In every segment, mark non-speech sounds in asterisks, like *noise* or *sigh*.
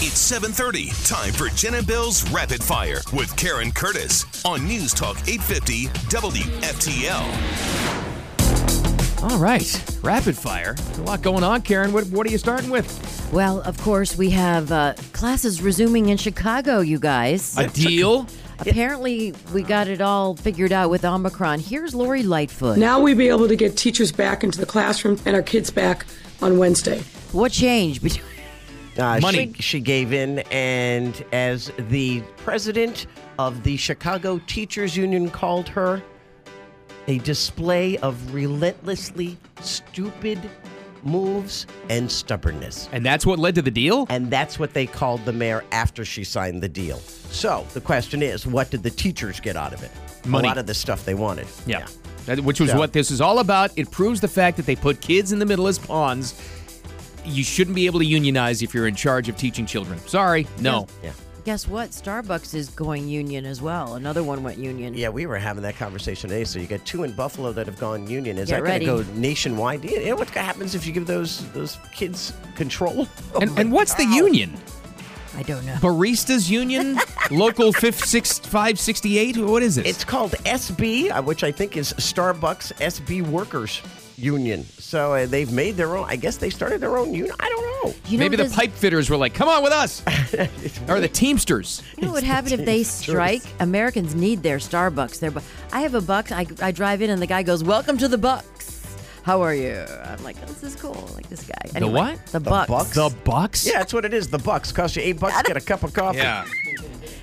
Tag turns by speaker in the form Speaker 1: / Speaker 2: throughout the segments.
Speaker 1: It's 7:30. Time for Jen and Bill's Rapid Fire with Karen Curtis on News Talk 850 WFTL.
Speaker 2: All right, rapid fire. A lot going on, Karen. What, what are you starting with?
Speaker 3: Well, of course, we have uh, classes resuming in Chicago, you guys.
Speaker 2: *laughs* A deal?
Speaker 3: Apparently, we got it all figured out with Omicron. Here's Lori Lightfoot.
Speaker 4: Now we'd be able to get teachers back into the classroom and our kids back on Wednesday.
Speaker 3: What changed? between- *laughs*
Speaker 5: Uh,
Speaker 2: Money.
Speaker 5: She, she gave in, and as the president of the Chicago Teachers Union called her, a display of relentlessly stupid moves and stubbornness.
Speaker 2: And that's what led to the deal?
Speaker 5: And that's what they called the mayor after she signed the deal. So the question is, what did the teachers get out of it?
Speaker 2: Money.
Speaker 5: A lot of the stuff they wanted.
Speaker 2: Yeah. That- which was
Speaker 5: Yeah.
Speaker 2: what this is all about. It proves the fact that they put kids in the middle as pawns. You shouldn't be able to unionize if you're in charge of teaching children. Sorry, no.
Speaker 5: Yeah.
Speaker 3: Guess what? Starbucks is going union as well. Another one went union.
Speaker 5: Yeah, we were having that conversation today. So you got two in Buffalo that have gone union. Is
Speaker 3: Get
Speaker 5: that
Speaker 3: ready.
Speaker 5: going to go nationwide? You know what happens if you give those those kids control?
Speaker 2: And, and what's the union?
Speaker 3: I don't know.
Speaker 2: Baristas Union? Local 5, 6, 568? What is this?
Speaker 5: *laughs* It's called SB, uh, which I think is Starbucks SB Workers Union. So uh, they've made their own. I guess they started their own union. I don't know.
Speaker 3: You know,
Speaker 2: Maybe the
Speaker 3: this-
Speaker 2: pipe fitters were like, come on with us. or the Teamsters.
Speaker 3: You know what would
Speaker 2: *laughs*
Speaker 3: happen if they strike? Americans need their Starbucks. Their, bu- I have a bucks. I, I drive in and the guy goes, "Welcome to the Bucks. How are you?" I'm like, "This is cool. I like this guy." Anyway,
Speaker 2: what?
Speaker 3: The Bucks.
Speaker 5: Bucks?
Speaker 2: The Bucks?
Speaker 5: Yeah, that's what it is. The bucks cost you eight bucks to get a cup of coffee.
Speaker 2: Yeah.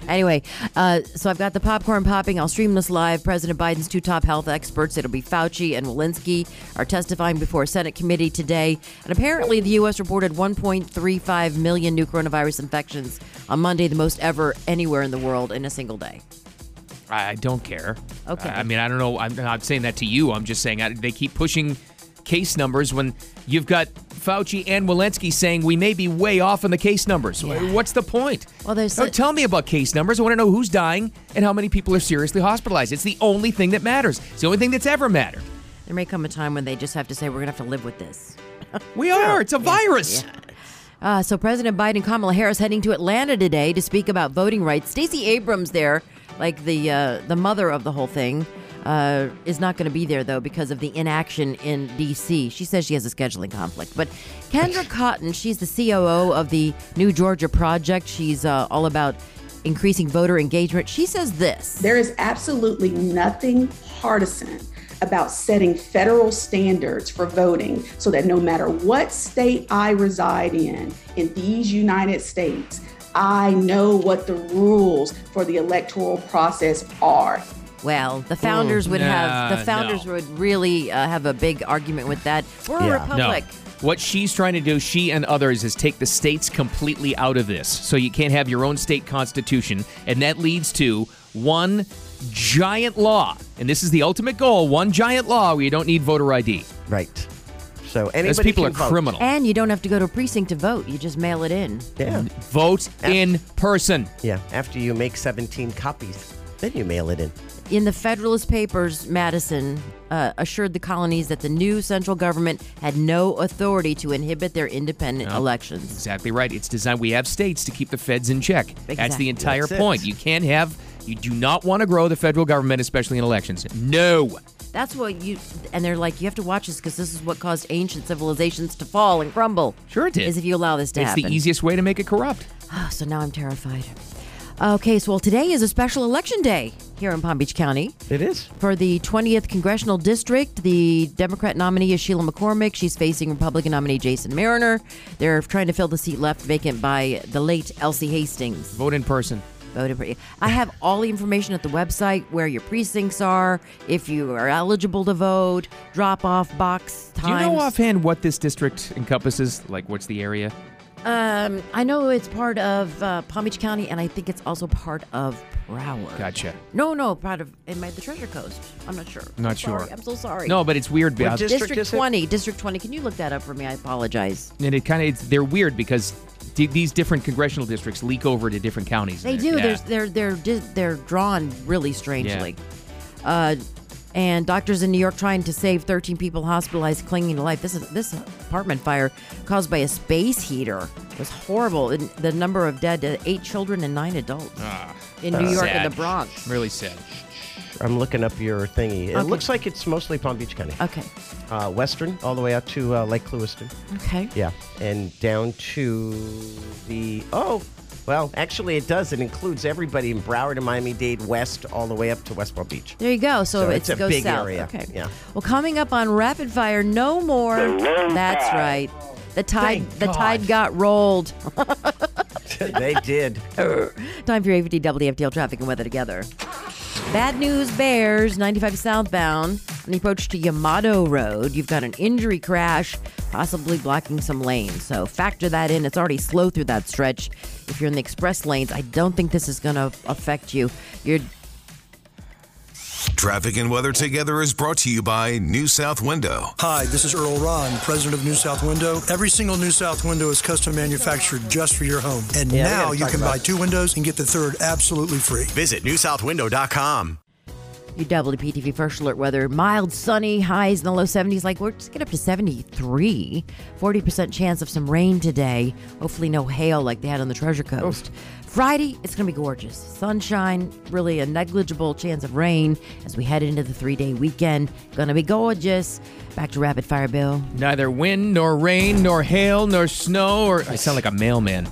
Speaker 3: Anyway, uh, so I've got the popcorn popping. I'll stream this live. President Biden's two top health experts, it'll be Fauci and Walensky, are testifying before a Senate committee today. And apparently, the U.S. reported 1.35 million new coronavirus infections on Monday, the most ever anywhere in the world in a single day.
Speaker 2: I I don't care.
Speaker 3: Okay.
Speaker 2: I I mean, I don't know. I'm not saying that to you. I'm just saying I, they keep pushing case numbers when you've got Fauci and Walensky saying we may be way off on the case numbers. What's the point?
Speaker 3: Well, there's-
Speaker 2: Don't tell me about case numbers. I want to know who's dying and how many people are seriously hospitalized. It's the only thing that matters. It's the only thing that's ever mattered.
Speaker 3: There may come a time when they just have to say, we're going to have to live with this.
Speaker 2: We are. It's a virus.
Speaker 3: Uh, so President Biden and Kamala Harris heading to Atlanta today to speak about voting rights. Stacey Abrams there, like the uh, the mother of the whole thing, uh, is not going to be there though because of the inaction in D.C. She says she has a scheduling conflict. But
Speaker 2: *laughs*
Speaker 3: Kendra Cotton, she's the COO of the New Georgia Project. She's uh, all about increasing voter engagement. She says this.
Speaker 6: There is absolutely nothing partisan about setting federal standards for voting so that no matter what state I reside in, in these United States, I know what the rules for the electoral process are.
Speaker 3: Well, the founders would have
Speaker 2: nah,
Speaker 3: the founders
Speaker 2: no.
Speaker 3: would really uh, have a big argument with that. We're a
Speaker 5: Yeah.
Speaker 3: republic.
Speaker 2: What she's trying to do, she and others, is take the states completely out of this. So you can't have your own state constitution. And that leads to one giant law. And this is the ultimate goal one giant law where you don't need voter ID.
Speaker 5: Right. So anybody
Speaker 2: Those people are
Speaker 5: can vote.
Speaker 2: criminal.
Speaker 3: And you don't have to go to a precinct to vote. You just mail it in.
Speaker 5: Yeah.
Speaker 2: Vote in person.
Speaker 5: Yeah. After you make 17 copies, then you mail it in.
Speaker 3: In the Federalist Papers, Madison uh, assured the colonies that the new central government had no authority to inhibit their independent elections.
Speaker 2: Exactly right. It's designed, we have states to keep the feds in check. That's
Speaker 3: Exactly.
Speaker 2: the entire
Speaker 5: That's it.
Speaker 2: point. You can't have, you do not want to grow the federal government, especially in elections. No.
Speaker 3: That's what you, and they're like, you have to watch this because this is what caused ancient civilizations to fall and crumble.
Speaker 2: Sure it did.
Speaker 3: Is if you allow this to
Speaker 2: It's
Speaker 3: happen.
Speaker 2: the easiest way to make it corrupt.
Speaker 3: Oh, so now I'm terrified. Okay, so well, today is a special election day here in Palm Beach County.
Speaker 5: It is.
Speaker 3: For the 20th Congressional District, the Democrat nominee is Sheila McCormick. She's facing Republican nominee Jason Mariner. They're trying to fill the seat left vacant by the late Elsie Hastings.
Speaker 2: Vote in person.
Speaker 3: Voted for you. I have all the information at the website where your precincts are, if you are eligible to vote, drop off box
Speaker 2: Do you
Speaker 3: times.
Speaker 2: know offhand what this district encompasses? Like, what's the area?
Speaker 3: Um, I know it's part of uh, Palm Beach County, and I think it's also part of Broward.
Speaker 2: Gotcha.
Speaker 3: No, no, part of it might be the Treasure Coast. I'm not sure.
Speaker 2: Not
Speaker 3: Sorry,
Speaker 2: sure.
Speaker 3: I'm so sorry.
Speaker 2: No, but it's weird.
Speaker 5: What
Speaker 2: Bob.
Speaker 5: dis-
Speaker 3: District,
Speaker 5: District is it?
Speaker 3: 20, District 20. Can you look that up for me? I apologize.
Speaker 2: and it kind of it's they're weird because d- these different congressional districts leak over to different counties.
Speaker 3: They
Speaker 2: and
Speaker 3: do.
Speaker 2: they're-
Speaker 3: There's, they're they're di- they're drawn really strangely. Uh, and doctors in New York trying to save 13 people hospitalized clinging to life. This is this apartment fire caused by a space heater. It was horrible. And The number of dead, uh, eight children and nine adults
Speaker 2: Ah,
Speaker 3: in New York and the Bronx.
Speaker 2: Really sad.
Speaker 5: I'm looking up your thingy. It looks like it's mostly Palm Beach County.
Speaker 3: Okay.
Speaker 5: Uh, Western, all the way out to uh, Lake Lewiston.
Speaker 3: Okay.
Speaker 5: Yeah. And down to the. Oh, well, actually, it does. It includes everybody in Broward and Miami Dade West, all the way up to West Palm Beach.
Speaker 3: There you go. So,
Speaker 5: So
Speaker 3: it
Speaker 5: it's a
Speaker 3: goes
Speaker 5: big
Speaker 3: south.
Speaker 5: area.
Speaker 3: Okay.
Speaker 5: Yeah.
Speaker 3: Well, coming up on Rapid Fire, no more. That's right. The tide.
Speaker 5: Thank
Speaker 3: the
Speaker 5: God.
Speaker 3: tide got rolled.
Speaker 5: *laughs* they did.
Speaker 3: *laughs* Time for your AVD WFTL traffic and weather together. Bad news bears 95 southbound on the approach to Yamato Road. You've got an injury crash, possibly blocking some lanes. So factor that in. It's already slow through that stretch. If you're in the express lanes, I don't think this is going to affect you. You're
Speaker 1: Traffic and weather together is brought to you by New South Window.
Speaker 7: Hi, this is Earl Ron, president of New South Window. Every single New South Window is custom manufactured just for your home. And
Speaker 5: we
Speaker 7: now
Speaker 5: gotta
Speaker 7: you
Speaker 5: talk
Speaker 7: can
Speaker 5: about
Speaker 7: buy two windows and get the third absolutely free.
Speaker 8: Visit newsouthwindow.com.
Speaker 3: Your WPTV First Alert weather. Mild, sunny, highs in the low 70s. Like, we're just get up to 73. 40% chance of some rain today. Hopefully, no hail like they had on the Treasure Coast. Friday, it's going to be gorgeous. Sunshine, really a negligible chance of rain as we head into the three day weekend. Going to be gorgeous. Back to Rapid Fire Bill.
Speaker 2: Neither wind, nor rain, nor hail, nor snow, or I sound like a
Speaker 3: *laughs*
Speaker 2: mailman.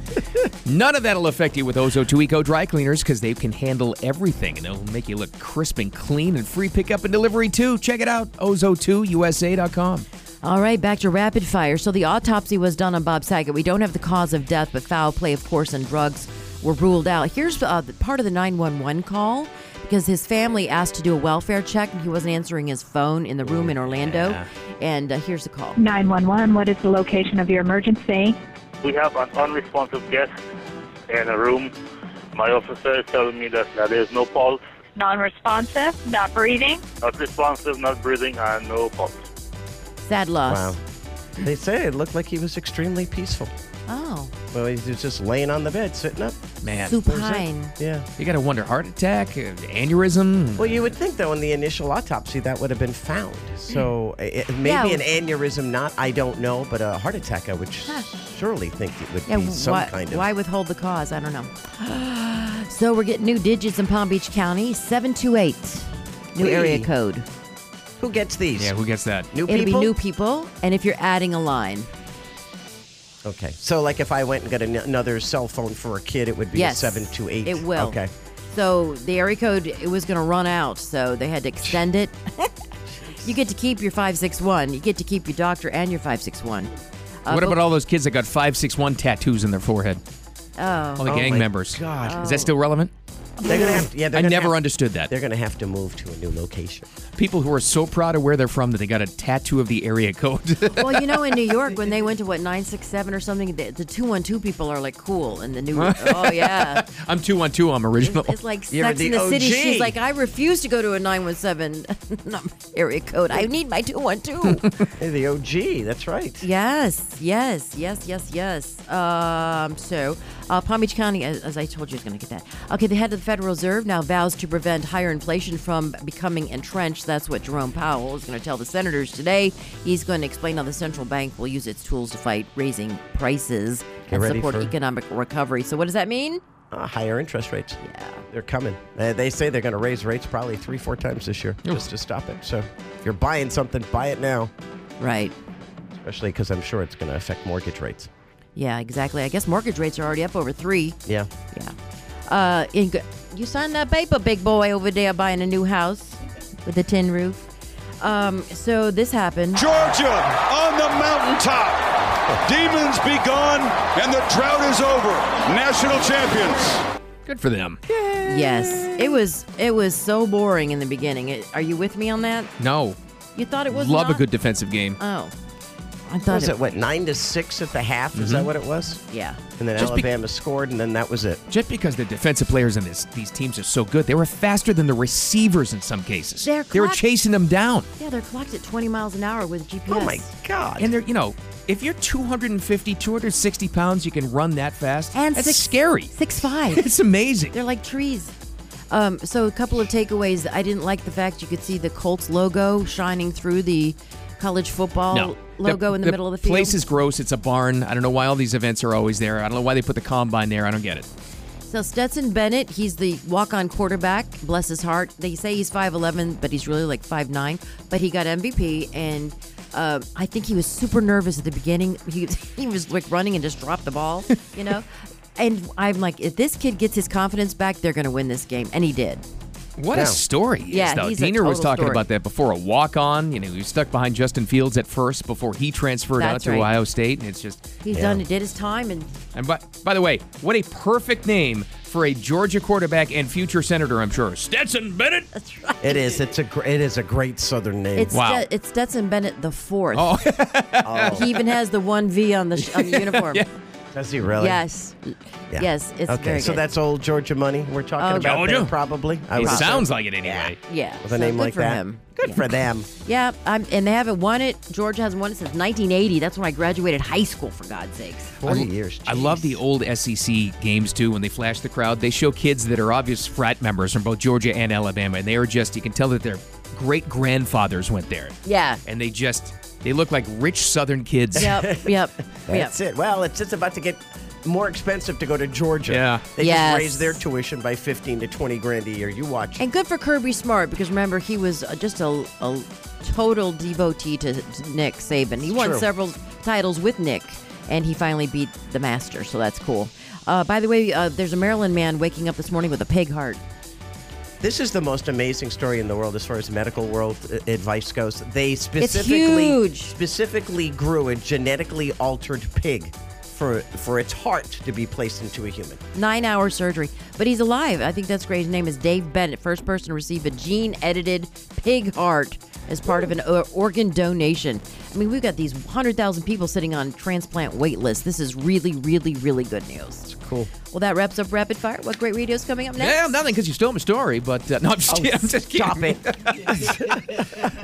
Speaker 2: None of that'll affect you with Ozo2 Eco Dry Cleaners because they can handle everything and they'll make you look crisp and clean and free pickup and delivery too. Check it out, ozo2usa.com.
Speaker 3: All right, back to rapid fire. So the autopsy was done on Bob Saget. We don't have the cause of death, but foul play, of course, and drugs were ruled out. Here's uh, the part of the 911 call because his family asked to do a welfare check and he wasn't answering his phone in the room in Orlando. And uh, here's the call.
Speaker 9: 911, what is the location of your emergency?
Speaker 10: We have an unresponsive guest in a room. My officer is telling me that, that there's no pulse,
Speaker 9: Non responsive, not breathing.
Speaker 10: not responsive, not breathing, and no pulse.
Speaker 3: Sad loss.
Speaker 5: Wow. They say it looked like he was extremely peaceful.
Speaker 3: Oh,
Speaker 5: Well, he was just laying on the bed, sitting up.
Speaker 2: Man,
Speaker 3: supine.
Speaker 5: Yeah.
Speaker 2: you gotta wonder heart attack, uh, aneurysm.
Speaker 5: Well, you would think, though, in the initial autopsy, that would have been found. So uh, it, maybe
Speaker 3: Mm. Yeah.
Speaker 5: an aneurysm, not, I don't know, but a heart attack, I would surely think it would
Speaker 3: Yeah,
Speaker 5: be some
Speaker 3: why,
Speaker 5: kind of.
Speaker 3: why withhold the cause? I don't know. *sighs* so we're getting new digits in Palm Beach County 728, new
Speaker 5: Whee.
Speaker 3: area code.
Speaker 5: Who gets these?
Speaker 2: Yeah, who gets that?
Speaker 5: new
Speaker 3: It'll
Speaker 5: people?
Speaker 3: be new people, and if you're adding a line.
Speaker 5: Okay. So, like, if I went and got an- another cell phone for a kid, it would be
Speaker 3: yes,
Speaker 5: a 728.
Speaker 3: It will.
Speaker 5: Okay.
Speaker 3: So the area code it was going to run out, so they had to extend it. *laughs* you get to keep your five six one. You get to keep your doctor and your five six one.
Speaker 5: Uh,
Speaker 3: Uh,
Speaker 2: what about all those kids that got 561 tattoos in their forehead? Oh. All the
Speaker 5: Oh
Speaker 2: gang
Speaker 5: my
Speaker 2: members.
Speaker 5: God.
Speaker 2: Is that still relevant?
Speaker 5: They're gonna have to, yeah, they're
Speaker 2: I
Speaker 5: gonna
Speaker 2: never
Speaker 5: have-
Speaker 2: understood that.
Speaker 5: They're going to have to move to a new location.
Speaker 2: People who are so proud of where they're from that they got a tattoo of the area code. *laughs*
Speaker 3: Well, you know, in New York, when they
Speaker 5: *laughs*
Speaker 3: went to what nine six seven or something, the the two one two people are like cool, and the new
Speaker 5: *laughs*
Speaker 3: oh yeah,
Speaker 2: I'm 212, I'm original.
Speaker 3: it's, it's like
Speaker 5: You're
Speaker 3: Sex in
Speaker 5: the
Speaker 3: the City.
Speaker 5: OG.
Speaker 3: She's like, I refuse to go to a nine one seven *laughs* area code. I need my two one two.
Speaker 5: Hey, the OG. That's right.
Speaker 3: Yes, yes, yes, yes, yes. Um, so, uh, Palm Beach County, as, as I told you, is going to get that. Okay, the head of the Federal Reserve now vows to prevent higher inflation from becoming entrenched. That's what Jerome Powell is going to tell the senators today. He's going to explain how the central bank will use its tools to fight raising prices and
Speaker 5: ready
Speaker 3: support
Speaker 5: for-
Speaker 3: economic recovery. So, what does that mean?
Speaker 5: Uh, higher interest rates. Yeah. They're coming. Uh, they say they're going to raise rates probably three, four times this year just to stop it. So if you're buying something, buy it now,
Speaker 3: Right.
Speaker 5: especially because I'm sure it's going to affect mortgage rates.
Speaker 3: Yeah, exactly. I guess mortgage rates are already up over three.
Speaker 5: Yeah.
Speaker 3: Yeah. Uh, in, you signed that paper, big boy, over there buying a new house with a tin roof. Um, so this happened.
Speaker 8: Georgia on the mountaintop. Demons be gone and the drought is over. National champions.
Speaker 2: Good for them.
Speaker 3: Yes, it was. It was so boring in the beginning. It, are you with me on that?
Speaker 2: No.
Speaker 3: You thought it was
Speaker 2: Love
Speaker 3: not?
Speaker 2: a good defensive game.
Speaker 3: Oh, I
Speaker 5: What
Speaker 3: thought
Speaker 5: was it, what, nine to six at the half? Is that what it was?
Speaker 3: Yeah.
Speaker 5: And then
Speaker 2: Mm-hmm. Just be-
Speaker 5: Alabama scored, and then that was it.
Speaker 2: Just because the defensive players in this these teams are so good, they were faster than the receivers in some cases.
Speaker 3: They're
Speaker 2: they were
Speaker 3: clocked-
Speaker 2: chasing them down.
Speaker 3: Yeah, they're clocked at 20 miles an hour with GPS.
Speaker 5: Oh, my God.
Speaker 2: And they're, you know, if you're 250, 260 pounds, you can run that fast.
Speaker 3: And
Speaker 2: that's
Speaker 3: six,
Speaker 2: scary. *laughs*
Speaker 3: Six five.
Speaker 5: *laughs*
Speaker 2: It's amazing.
Speaker 3: They're like trees. Um, so a couple of takeaways. I didn't like the fact you could see the Colts logo shining through the college football
Speaker 2: No.
Speaker 3: logo in the, middle of the field.
Speaker 2: place is gross. It's a barn. I don't know why all these events are always there. I don't know why they put the combine there. I don't get it.
Speaker 3: So Stetson Bennett, he's the walk-on quarterback. Bless his heart. They say he's 5'11", but he's really like 5'9". But he got MVP, and uh, I think he was super nervous at the beginning. He, *laughs* he was like running and just dropped the ball,
Speaker 2: *laughs*
Speaker 3: you know. and I'm like, if this kid gets his confidence back, they're going to win this game, and he did.
Speaker 2: What a story! he is,
Speaker 3: Yeah,
Speaker 2: though.
Speaker 3: he's a
Speaker 2: Diener was
Speaker 3: total
Speaker 2: talking
Speaker 3: story.
Speaker 2: about that before a walk on. You know, he was stuck behind Justin Fields at first before he transferred out
Speaker 3: That's
Speaker 2: to
Speaker 3: right.
Speaker 2: Ohio State, and it's just
Speaker 3: He's done. He did his time, and
Speaker 2: And by, by the way, what a perfect name for a Georgia quarterback and future senator, I'm sure. Stetson Bennett.
Speaker 5: It is. It's a. Gr- it is a great Southern name.
Speaker 3: it's Ste- it's Stetson Bennett the fourth. Oh.
Speaker 5: Oh.
Speaker 3: he even has the one V on the sh-
Speaker 5: *laughs*
Speaker 3: on the uniform.
Speaker 5: Does he really?
Speaker 3: Yes,
Speaker 5: Yeah.
Speaker 3: yes, it's
Speaker 5: okay.
Speaker 3: very
Speaker 5: so
Speaker 3: good.
Speaker 5: that's old Georgia money we're talking
Speaker 3: Oh,
Speaker 5: about.
Speaker 2: Georgia?
Speaker 5: there, probably. I
Speaker 2: It
Speaker 5: would
Speaker 2: sounds
Speaker 5: assume.
Speaker 2: like it anyway.
Speaker 3: yeah.
Speaker 5: With
Speaker 3: so
Speaker 5: a name
Speaker 3: good
Speaker 5: like
Speaker 3: for
Speaker 5: that.
Speaker 3: him.
Speaker 5: Good for them.
Speaker 3: Yeah, I'm, and they haven't won it. Georgia hasn't won it since 1980. That's when I graduated high school, for God's sakes.
Speaker 5: *laughs* Forty years.
Speaker 2: I love the old SEC games too. When they flash the crowd, they show kids that are obvious frat members from both Georgia and Alabama, and they are just—you can tell that their great grandfathers went there,
Speaker 3: Yeah.
Speaker 2: and they just—they look like rich Southern kids.
Speaker 3: Yep. Yep. yep.
Speaker 5: That's it. Well, it's just about to get more expensive to go to Georgia.
Speaker 2: Yeah.
Speaker 5: They
Speaker 3: Yes.
Speaker 5: just raise their tuition by fifteen to twenty grand a year. You watch.
Speaker 3: And good for Kirby Smart because remember he was uh, just a, a total devotee to to Nick Saban. He won
Speaker 5: true.
Speaker 3: several titles with Nick, and he finally beat the master. So that's cool. Uh, by the way, uh, there's a Maryland man waking up this morning with a pig heart.
Speaker 5: This is the most amazing story in the world as far as medical world uh, advice goes. They specifically
Speaker 3: huge.
Speaker 5: specifically grew a genetically altered pig for for its heart to be placed into a human.
Speaker 3: Nine hour surgery, but he's alive. I think that's great. His name is Dave Bennett, first person to receive a gene edited pig heart as part of an o- organ donation. I mean, we've got these 100,000 people sitting on transplant wait lists. This is really, really, really good news.
Speaker 5: Cool.
Speaker 3: Well, that wraps up Rapid Fire. What great radio is coming up next?
Speaker 2: Yeah, nothing because you stole my story, but uh, *laughs* no, I'm just, kidding. I'm just kidding.
Speaker 5: Oh, Stop it.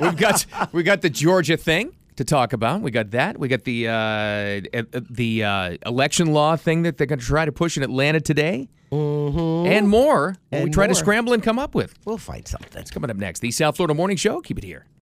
Speaker 2: *laughs* We've got we got the Georgia thing to talk about. We got that. We got the uh, e- the uh, election law thing that they're going to try to push in Atlanta today, mm-hmm. and more. we
Speaker 5: And
Speaker 2: try to
Speaker 5: more.
Speaker 2: scramble and come up with.
Speaker 5: We'll find something.
Speaker 2: Coming up next, the South Florida Morning Show. Keep it here.